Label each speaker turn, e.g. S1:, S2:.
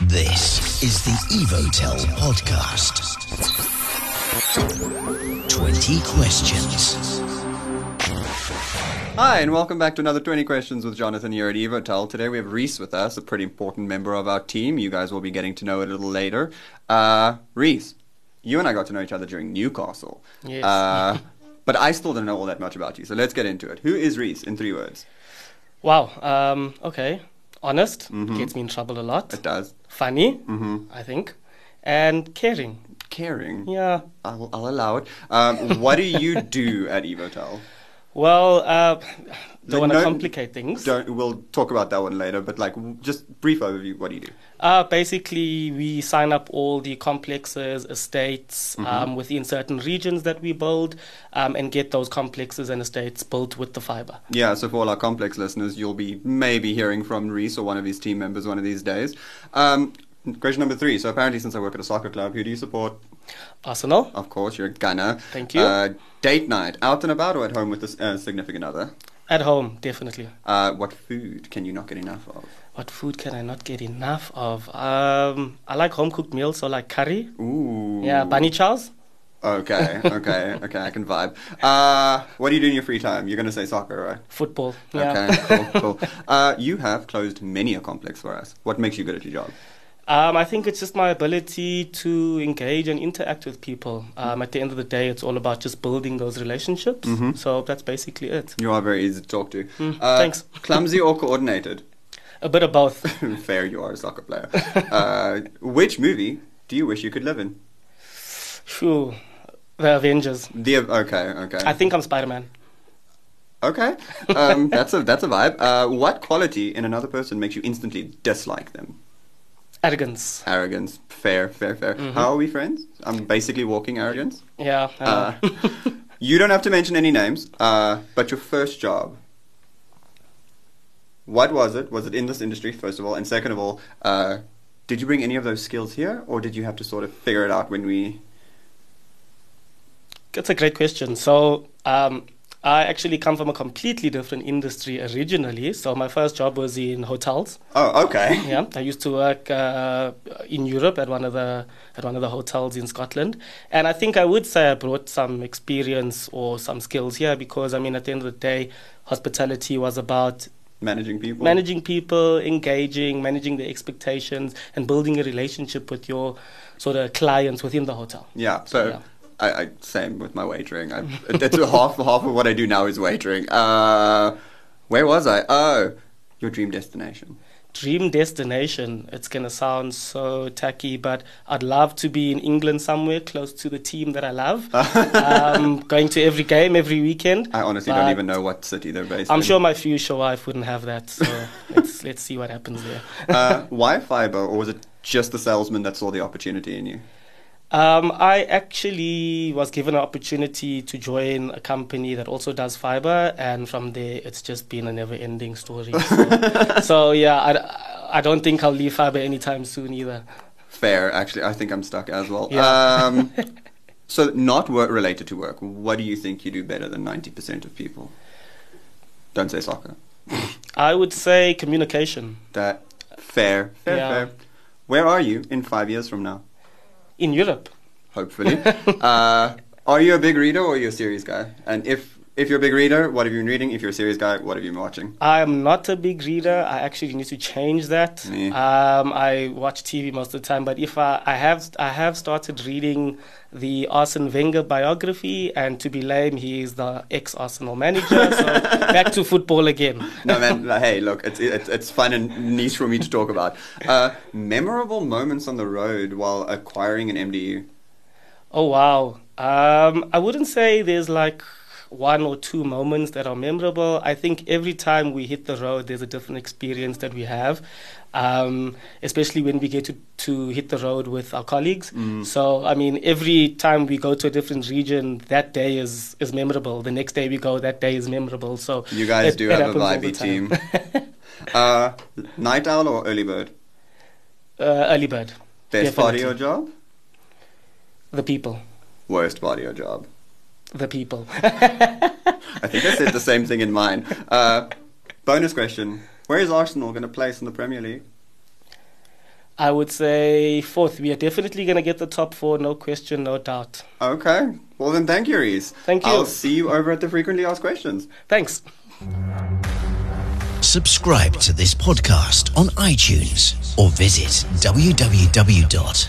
S1: This is the Evotel podcast. 20 questions.
S2: Hi, and welcome back to another 20 Questions with Jonathan here at Evotel. Today we have Reese with us, a pretty important member of our team. You guys will be getting to know it a little later. Uh, Reese, you and I got to know each other during Newcastle.
S3: Yes.
S2: Uh, but I still don't know all that much about you, so let's get into it. Who is Reese in three words?
S3: Wow. Um, okay. Honest gets me in trouble a lot.
S2: Mm-hmm. It Mm-hmm. does.
S3: Funny, I think, and caring.
S2: Caring.
S3: Yeah.
S2: I'll, I'll allow it. Um, what do you do at Evotel?
S3: Well, uh, don't want to
S2: no-
S3: complicate things.
S2: Don't, we'll talk about that one later, but like, w- just brief overview. What do you do?
S3: Uh, basically, we sign up all the complexes, estates
S2: Mm-hmm.
S3: um, within certain regions that we build, um, and get those complexes and estates built with the fiber.
S2: Yeah, so for all our complex listeners, you'll be maybe hearing from Reese or one of his team members one of these days. Um, question number three. So apparently, since I work at a soccer club, who do you support?
S3: Arsenal.
S2: Of course, you're a Gunner.
S3: Thank you.
S2: Uh, date night, out and about, or at home with a s- uh, significant other.
S3: At home, definitely.
S2: Uh, what food can you not get enough of?
S3: What food can I not get enough of? Um, I like home cooked meals, so like curry.
S2: Ooh.
S3: Yeah, bunny chows.
S2: Okay, okay, okay. I can vibe. Uh, what do you do in your free time? You're going to say soccer, right?
S3: Football. Yeah.
S2: Okay, cool, cool. Uh, you have closed many a complex for us. What makes you good at your job?
S3: Um, I think it's just my ability to engage and interact with people. Um, at the end of the day, it's all about just building those relationships. So that's basically it.
S2: You are very easy to talk to.
S3: Hmm,
S2: Uh,
S3: thanks.
S2: clumsy or coordinated?
S3: A bit of both.
S2: Fair, you are a soccer player. Uh, which movie do you wish you could live in?
S3: Phew. The Avengers.
S2: The okay, okay,
S3: I think I'm Spider Man.
S2: okay. Um, that's a that's a vibe. Uh, what quality in another person makes you instantly dislike them?
S3: Arrogance.
S2: Arrogance. Fair, fair, fair.
S3: Mm-hmm.
S2: How are we friends? I'm basically walking arrogance.
S3: Yeah. I
S2: Uh,
S3: know.
S2: you don't have to mention any names, uh, but your first job. What was it? Was it in this industry, first of all? And second of all, uh, did you bring any of those skills here, or did you have to sort of figure it out when we.
S3: That's a great question. So, um, I actually come from a completely different industry originally. So, my first job was in hotels.
S2: Oh, okay.
S3: Yeah, I used to work uh, in Europe at one of the at one of the hotels in Scotland, and I think I would say I brought some experience or some skills here because I mean at the end of the day, hospitality was about
S2: Managing people.
S3: managing people, engaging, managing their expectations, and building a relationship with your sort of clients within the hotel.
S2: Yeah, so.
S3: yeah.
S2: I, I same with my wagering. I, that's half half of what I do now is wagering. Uh, where was I? Oh, your dream destination.
S3: Dream destination. It's gonna sound so tacky, but I'd love to be in England somewhere close to the team that I love. um, going to every game every weekend.
S2: I honestly
S3: but
S2: don't even know what city they're based.
S3: I'm
S2: in.
S3: sure my future wife wouldn't have that. So let's let's see what happens there.
S2: uh, why fiber, or was it just the salesman that saw the opportunity in you?
S3: Um, I actually was given an opportunity to join a company that also does fiber, and from there it's just been a never-ending story. So, so, yeah, I, I don't think I'll leave fiber anytime soon either.
S2: Fair, actually, I think I'm stuck as well.
S3: Yeah.
S2: Um, so, not work related to work. What do you think you do better than 90% of people? Don't say soccer.
S3: I would say communication
S2: That fair, fair,
S3: Yeah.
S2: fair. Where are you in five years from now?
S3: in Europe.
S2: Hopefully. uh, are you a big reader or are you a series guy? And if if you're a big reader, what have you been reading? If you're a series guy, what have you been watching?
S3: I am not a big reader. I actually need to change that.
S2: Me.
S3: Um, I watch TV most of the time, but if I, I have I have started reading the Arsene Wenger biography, and to be lame, he is the ex Arsenal manager. so back to football again.
S2: no man like, hey look it's, it's it's fun and niche for me to talk about uh, memorable moments on the road while acquiring an mdu
S3: Oh wow. Um, I wouldn't say there's like one or two moments that are memorable. I think every time we hit the road, there's a different experience that we have. Um, especially when we get to, to hit the road with our colleagues.
S2: Mm.
S3: So, I mean, every time we go to a different region, that day is, is memorable. The next day we go, that day is memorable. So,
S2: you guys
S3: it-
S2: do
S3: it
S2: have a
S3: happens all the
S2: vibey
S3: time.
S2: team uh, night owl or early bird
S3: Uh, early bird.
S2: best part of
S3: Definitely.
S2: your job
S3: The people.
S2: worst part of your job
S3: The people.
S2: i think i said the same thing in mine uh, bonus question Where is Arsenal going to place in the Premier League?
S3: I would say fourth. We are definitely going to get the top four, no question, no doubt.
S2: Okay. Well, then, thank you, Reese.
S3: Thank you.
S2: I'll see you over at the frequently asked questions.
S3: Thanks.
S1: Subscribe to this podcast on iTunes or visit www.evotel.co.za.